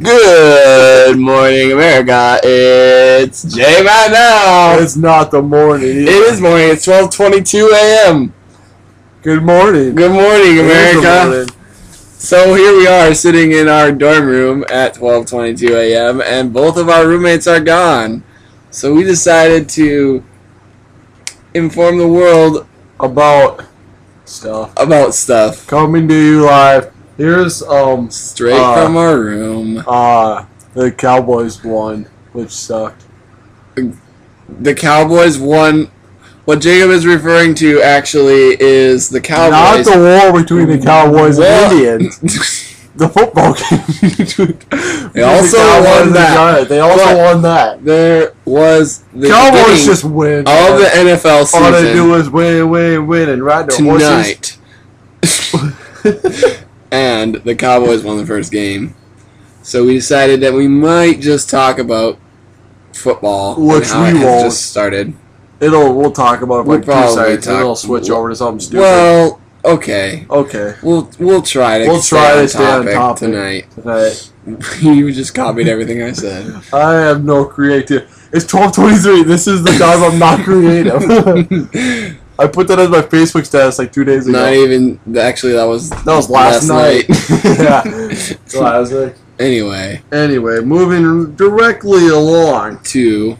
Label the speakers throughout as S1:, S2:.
S1: Good morning, America. It's Jay Matt now.
S2: It's not the morning.
S1: It is morning. It's twelve twenty-two a.m.
S2: Good morning.
S1: Good morning,
S2: It is the
S1: America.
S2: morning.
S1: So here we are sitting in our dorm room at twelve twenty-two a.m. and both of our roommates are gone. So we decided to inform the world
S2: About stuff
S1: about stuff
S2: coming to you live. Here's um
S1: straight
S2: Uh,
S1: from our room.
S2: uh the Cowboys won, which sucked.
S1: The Cowboys won. What Jacob is referring to actually is the Cowboys.
S2: Not the war between the Cowboys
S1: Well-
S2: and Indians. The football game. between
S1: They
S2: the
S1: also
S2: Cowboys
S1: won
S2: and the
S1: that.
S2: Giants. They also
S1: But-
S2: won that.
S1: there was the
S2: Cowboys
S1: beginning
S2: just win.
S1: of the
S2: man.
S1: NFL
S2: All they
S1: season
S2: do is win, win, win, and ride their
S1: tonight,
S2: horses.
S1: and the Cowboys won the first game. So we decided that we might just talk about football, and
S2: Which
S1: how
S2: we
S1: it has
S2: won't.
S1: just started.
S2: It'll we'll talk about it for
S1: We'll
S2: like two
S1: probably
S2: seconds, and
S1: talk-
S2: then it'll switch over to something stupid.
S1: Well, okay,
S2: okay.
S1: we'll we'll try to
S2: We'll
S1: stay
S2: try
S1: on
S2: to stay on
S1: topic
S2: topic.
S1: tonight.
S2: Alright.
S1: you just copied everything I said.
S2: I have no creative. It's twelve twenty three. This is the time I'm not creative. I put that as my Facebook status like two days ago.
S1: Not even. Actually, that was
S2: that was last, night. yeah. Last night.
S1: anyway,
S2: Anyway, moving directly along
S1: to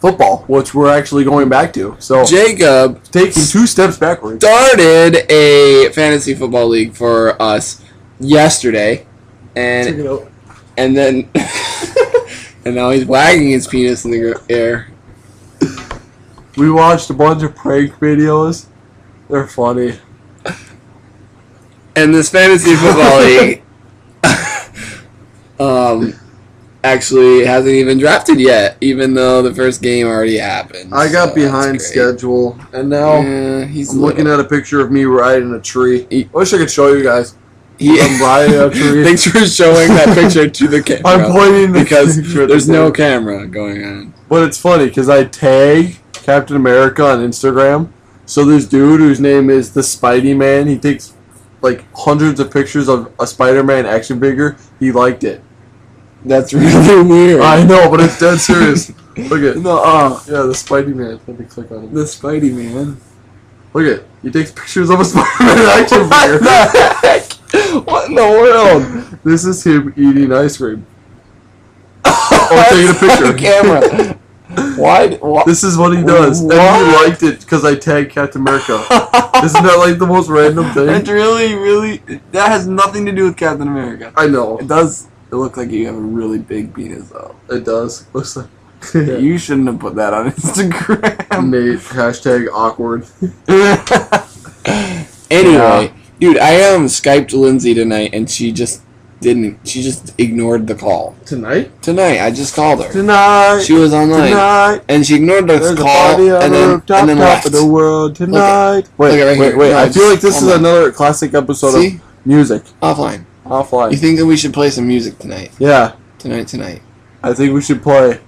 S2: football, which we're actually going back to. So
S1: Jacob
S2: taking two steps backwards.
S1: started a fantasy football league for us yesterday, and and then and now he's wagging his penis in the gr- air.
S2: We watched a bunch of prank videos. They're funny.
S1: And this fantasy football league, um, actually hasn't even drafted yet, even though the first game already happened.
S2: I got
S1: so that's
S2: behind
S1: great.
S2: schedule, and now
S1: Yeah, he's
S2: I'm looking at a picture of me riding a tree.
S1: He-
S2: I wish I could show you guys.
S1: He,
S2: I'm riding a tree.
S1: Thanks for showing that picture to the camera.
S2: I'm pointing the
S1: because
S2: picture at
S1: there's
S2: the
S1: no
S2: camera.
S1: camera going on.
S2: But it's funny because I tag Captain America on Instagram. So this dude whose name is the Spidey Man, he takes like hundreds of pictures of a Spider-Man action figure. He liked it.
S1: That's really weird.
S2: I know, but it's dead serious. Look at
S1: No, uh,
S2: yeah, the Spidey Man. Let me click on it.
S1: the Spidey Man.
S2: Look at he takes pictures of a Spider-Man action figure.
S1: heck? What in the world?
S2: This is him eating ice cream. Oh, taking a picture.
S1: camera. Why? why?
S2: This is what he does. And he
S1: What?
S2: liked it because I tagged Captain America. Isn't that like the most random
S1: That's
S2: thing?
S1: really, really. That has nothing to do with Captain America.
S2: I know.
S1: It does. It look like you have a really big penis though.
S2: It does. Looks like. Nate,
S1: You shouldn't have put that on
S2: Um,
S1: Instagram.
S2: hashtag awkward.
S1: anyway, dude, I um skyped Lindsay tonight, and she just didn't. She just ignored the call
S2: Tonight?
S1: tonight. I just called her.
S2: Tonight!
S1: She was online,
S2: tonight!
S1: and she ignored the
S2: There's a
S1: call,
S2: party on
S1: and
S2: the
S1: then
S2: rooftop,
S1: and then
S2: top
S1: left.
S2: of the world tonight! Wait,
S1: Look at right
S2: wait,
S1: here.
S2: wait.
S1: No,
S2: I
S1: it's
S2: feel like this
S1: on
S2: is
S1: the-
S2: another classic episode
S1: See,
S2: of music.
S1: offline. You
S2: Offline.
S1: think that we should play some music tonight?
S2: Yeah,
S1: Tonight, tonight.
S2: I think we should play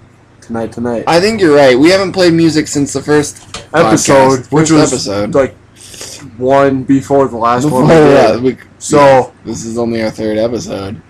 S2: Tonight Tonight
S1: I think you're right. We haven't played music since the first
S2: episode,
S1: podcast,
S2: which
S1: first
S2: was
S1: episode.
S2: like one before the last
S1: Before
S2: one. we did.
S1: that, we-
S2: So,
S1: this is only our third episode.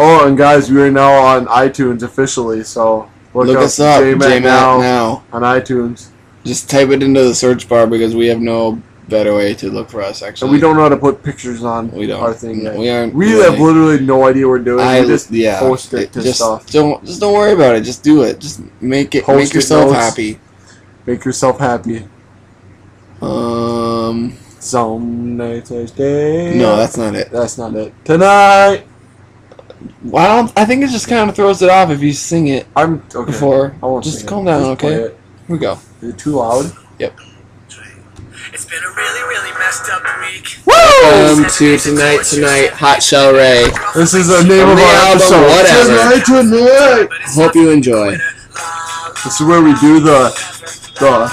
S2: oh, and guys, we are now on iTunes officially. So look,
S1: Look
S2: up
S1: us up,
S2: J-Mac
S1: J
S2: now,
S1: now. now.
S2: on iTunes,
S1: Just type it into the search bar because we have no better way to look for us. Actually,
S2: and we don't know how to put pictures on
S1: We don't.
S2: our thing. Yet.
S1: We aren't.
S2: We have literally no idea what we're doing.
S1: I
S2: we just
S1: yeah.
S2: post it to
S1: just
S2: stuff.
S1: don't just don't worry about it. Just do it. Just make it.
S2: Post
S1: make
S2: it
S1: yourself
S2: notes.
S1: happy.
S2: Make yourself happy.
S1: Um.
S2: Some night I stay.
S1: No, that's not it.
S2: that's not it. Tonight,
S1: Well, I think it just kind of throws it off if you sing it
S2: I'm okay.
S1: before.
S2: I won't
S1: just
S2: sing
S1: calm
S2: it.
S1: down,
S2: Just play
S1: okay?
S2: it.
S1: Here we go.
S2: Is it too loud?
S3: It's been a really, really messed up week.
S1: Welcome to tonight, tonight, Hot Shell Ray.
S2: This is the
S1: From
S2: name of
S1: the
S2: our
S1: album,
S2: episode.
S1: whatever.
S2: Tonight, tonight.
S1: Hope you enjoy.
S2: This is where we do the the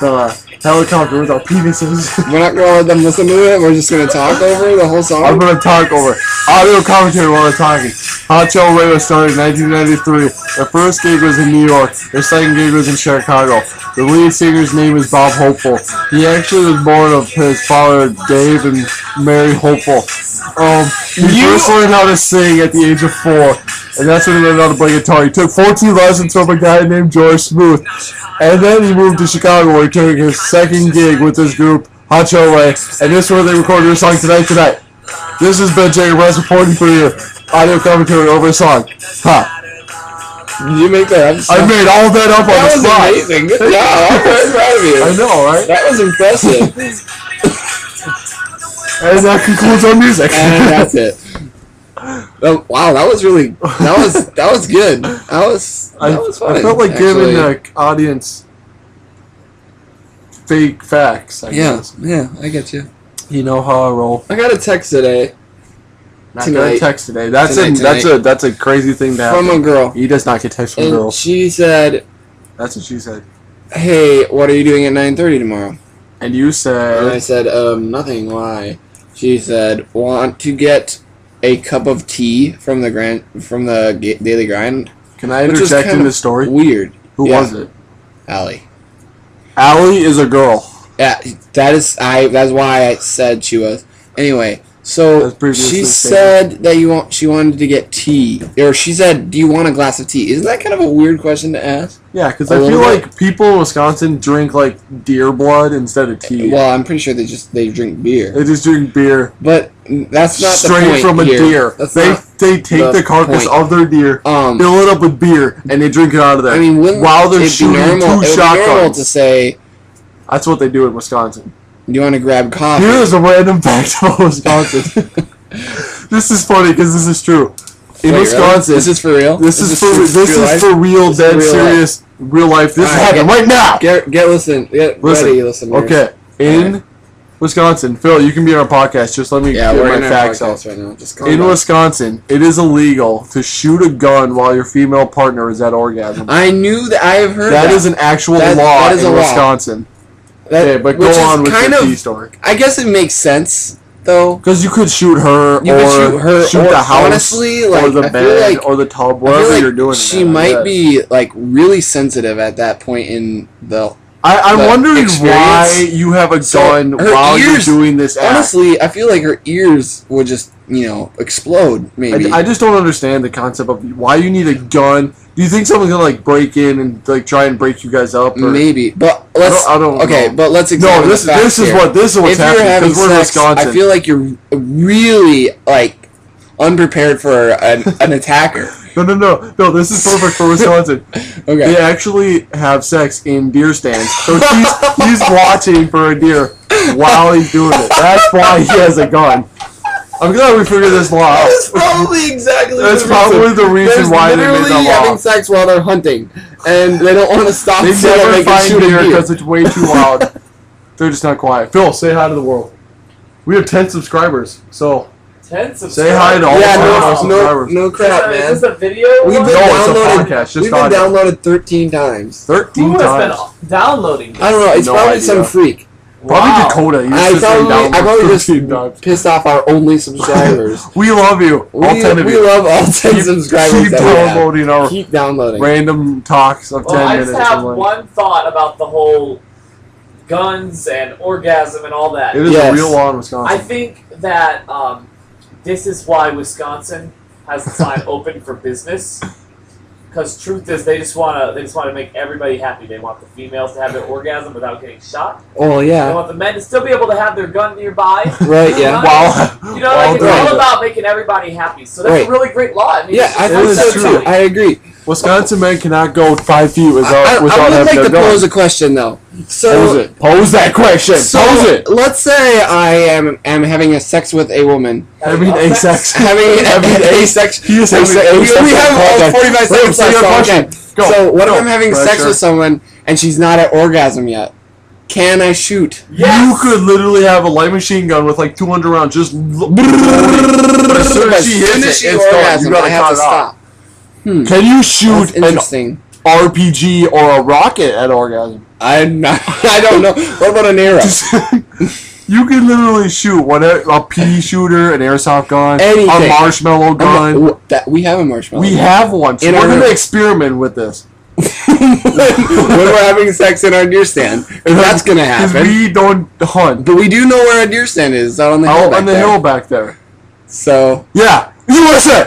S2: the helicopter with our penises.
S1: We're not gonna let them listen to it. We're just gonna talk over the whole
S2: I'm
S1: song.
S2: gonna talk over it. audio commentary while I'm talking. Hot Show Radio started in 1993. Their first gig was in New York. Their second gig was in Chicago. The lead singer's name is Bob Hopeful. He actually was born of his father Dave and Mary Hopeful. Um, he
S1: You-
S2: first learned how to sing at the age of four. and that's when he learned how to play guitar. He took 14 lessons from a guy named George Smooth, and then he moved to Chicago where he took his second gig with his group, Hot Show Ray, and this is where they recorded their song Tonight Tonight. This has been Jacob Rez reporting for your audio commentary over a song. Ha!
S1: Did you make that up?
S2: I made all that up
S1: that
S2: on
S1: was
S2: the spot.
S1: amazing. Good job. I'm very proud of you.
S2: I know, right?
S1: That was impressive.
S2: And that concludes our music.
S1: and that's it. Oh, wow, that was really that was that was good. That was that
S2: I,
S1: was fun.
S2: I felt like
S1: actually.
S2: giving uh, the audience fake facts. I
S1: yeah
S2: guess.
S1: yeah I get you.
S2: You know how I roll.
S1: I got a text today
S2: Not
S1: Tonight.
S2: gonna text today. That's
S1: Tonight,
S2: a that's
S1: tonight.
S2: a that's a crazy thing to
S1: from
S2: happen.
S1: a girl,
S2: He does not get text from
S1: and
S2: girls.
S1: she said,
S2: That's what she said.
S1: "Hey, what are you doing at 9:30 tomorrow?"
S2: And you
S1: And I
S2: said
S1: said, "Um, nothing. Why?" She said, "Want to get a cup of tea from the grand from the Ga- Daily Grind?"
S2: Can I
S1: Which is
S2: interject in
S1: kinda
S2: this story?
S1: Weird,
S2: Who
S1: yeah.
S2: was it?
S1: Allie.
S2: Allie is a girl.
S1: Yeah, that is I. That's why I said she was. Anyway, so
S2: That's pretty
S1: she
S2: decent
S1: said that you want. She wanted to get tea, or she said, "Do you want a glass of tea?" Isn't that kind of a weird question to ask?
S2: Yeah, because
S1: A
S2: I feel
S1: little bit.
S2: like people in Wisconsin drink like deer blood instead of tea.
S1: Well, I'm pretty sure they just they drink beer,
S2: they just drink beer
S1: but that's not the
S2: straight
S1: point
S2: from a
S1: here.
S2: deer.
S1: That's
S2: they
S1: not-
S2: they take
S1: the
S2: the, carcass
S1: point.
S2: of their deer,
S1: Um,
S2: fill it up with beer, and they drink it out of there.
S1: I mean, wouldn't
S2: while they're
S1: it be
S2: shooting
S1: normal?
S2: two
S1: It would be normal to
S2: shotguns,
S1: say,
S2: that's what they do in Wisconsin.
S1: "Do you want to grab coffee?"
S2: Here is a random fact about Wisconsin. this is funny because this is true. In
S1: Wait, really?
S2: Wisconsin,
S1: This is for real.
S2: this is for
S1: true-
S2: this
S1: true
S2: is
S1: life?
S2: for real,
S1: is real
S2: dead
S1: life.
S2: serious, real life. This is
S1: Alright,
S2: happening
S1: get-
S2: right now.
S1: Get get listen get
S2: Listen,
S1: ready listen.
S2: Okay, in Wisconsin, Phil, you can be on our podcast. Just let me
S1: Yeah,
S2: get
S1: we're in
S2: my
S1: our
S2: facts out.
S1: podcast right now. Just calm
S2: In
S1: down.
S2: Wisconsin, it is illegal to shoot a gun while your female partner is at orgasm.
S1: I knew that. I have heard
S2: that is an actual
S1: That-
S2: law
S1: that is
S2: in
S1: a law.
S2: Wisconsin.
S1: That-
S2: okay, but go
S1: which is
S2: on with
S1: kind
S2: your
S1: of-
S2: tea story.
S1: I guess it makes sense though.
S2: Because you could shoot her
S1: You
S2: or
S1: could shoot her or-
S2: the house
S1: honestly, like,
S2: or the
S1: I feel
S2: bed
S1: like-
S2: or the tub,
S1: I
S2: wherever
S1: feel like
S2: you're doing it
S1: she
S2: at, I
S1: might
S2: guess.
S1: be like really sensitive at that point in the.
S2: I,
S1: the
S2: I'm wondering why
S1: experience.
S2: you have a
S1: So,
S2: gun
S1: her
S2: while
S1: ears-
S2: you're doing this act.
S1: Honestly, I feel like her ears would just you know explode. Maybe
S2: I, I just don't understand the concept of why you need a gun. Do you think someone's gonna like break in and like try and break you guys up? Or,
S1: maybe, but let's.
S2: I don't
S1: okay,
S2: know.
S1: but let's examine
S2: no, this
S1: the facts
S2: this is
S1: here.
S2: what this is what's
S1: if you're
S2: happening
S1: having
S2: because we're in
S1: sex,
S2: Wisconsin.
S1: I feel like you're really like unprepared for an, an attacker.
S2: no, no, no, no. This is perfect for Wisconsin.
S1: Okay,
S2: They actually have sex in deer stands, so he's he's watching for a deer while he's doing it. That's why he has a gun. I'm glad we figured this law out.
S1: That's probably exactly.
S2: That's
S1: the
S2: probably
S1: reason.
S2: the reason
S1: There's
S2: why they
S1: literally
S2: made that law.
S1: having sex while they're hunting, and they don't want to stop
S2: They
S1: so that
S2: never
S1: they can
S2: find
S1: shoot a
S2: deer
S1: deer.
S2: because it's way too loud. They're just not quiet. Phil, say hi to the world. We have ten subscribers, so
S4: Ten subscribers.
S2: Say hi to all
S1: Yeah,
S2: the
S1: no,
S2: Wow.
S1: no, no
S4: Is
S1: crap,
S4: this- Is
S1: man.
S4: this a video?
S1: We've
S4: one?
S1: been
S2: No, it's a
S1: downloaded.
S2: podcast, just
S1: we've been
S2: audio.
S1: downloaded thirteen times.
S2: thirteen
S4: Who
S2: times.
S4: has been downloading this?
S1: I don't know. It's
S2: No
S1: probably
S2: idea.
S1: some freak.
S2: Probably
S4: Wow.
S2: Dakota. You
S1: I
S2: just said
S1: probably,
S2: download
S1: I probably just
S2: 13 times.
S1: pissed off our only subscribers.
S2: We love you,
S1: we,
S2: all ten of
S1: we
S2: you.
S1: love all ten
S2: Keep-
S1: subscribers.
S2: Keep
S1: that we have.
S2: downloading our
S1: Keep downloading.
S2: random talks of
S4: Well,
S2: ten
S4: I
S2: minutes.
S4: just have
S2: I'm like,
S4: one thought about the whole guns and orgasm and all that.
S2: It is
S1: Yes.
S2: a real law in
S4: I
S2: Wisconsin.
S4: think that um, this is why Wisconsin has the sign open for business. Because truth is, they just want to they just want to make everybody happy. They want the females to have their orgasm without getting shot.
S1: Oh
S4: They
S1: yeah,
S4: want the men to still be able to have their gun nearby.
S1: right. Yeah.
S2: Wow.
S4: You know, like it's
S1: Right.
S4: all about making everybody happy. So that's
S1: Right.
S4: a really great law. I mean,
S1: Yeah,
S4: it's
S1: I
S4: just
S1: think
S2: is
S1: so
S4: something
S2: true.
S1: too. I agree.
S2: Wisconsin men cannot go five feet
S1: I,
S2: without
S1: I
S2: without
S1: would
S2: having
S1: like to
S2: their gun.
S1: pose a question though.
S2: Pose
S1: So,
S2: it. Pose that question.
S1: so
S2: pose it.
S1: let's say I am am having a sex with a woman.
S4: that
S2: I mean,
S4: we love
S2: asex.
S4: sex.
S1: Having
S2: Having
S1: a sex.
S2: He just
S1: I mean,
S2: has
S1: we-
S2: sex-
S1: we have all 45
S2: Wait,
S1: seconds
S2: say
S1: left,
S2: your
S1: so I
S2: question. Go.
S1: so what
S2: Go.
S1: if I'm having sex
S2: Pressure.
S1: with someone and she's not at orgasm yet? Can I shoot?
S4: Yes.
S2: You could literally have a light machine gun with like 200 rounds just. l- as soon
S1: As
S2: as she hits
S1: soon
S2: it,
S1: as she
S2: it's gone.
S1: orgasms,
S2: You gotta
S1: I have
S2: cut
S1: to
S2: it off.
S1: stop. Hmm.
S2: Can you
S1: That's
S2: shoot an
S1: interesting.
S2: RPG or a rocket at orgasm?
S1: I'm not. I don't know. What about an arrow?
S2: you can literally shoot whatever a pea shooter, an airsoft gun,
S1: Anything.
S2: a marshmallow
S1: I'm
S2: gun.
S1: not- wh- that we have a marshmallow.
S2: We have one. So
S1: In our
S2: we're gonna
S1: room.
S2: experiment with this.
S1: when we're having sex in our deer stand. If that's gonna
S2: Because
S1: happen.
S2: we don't hunt.
S1: But we do know where a deer stand is out on the hill.
S2: Out
S1: back
S2: on the
S1: there.
S2: hill back there.
S1: So
S2: Yeah, USA.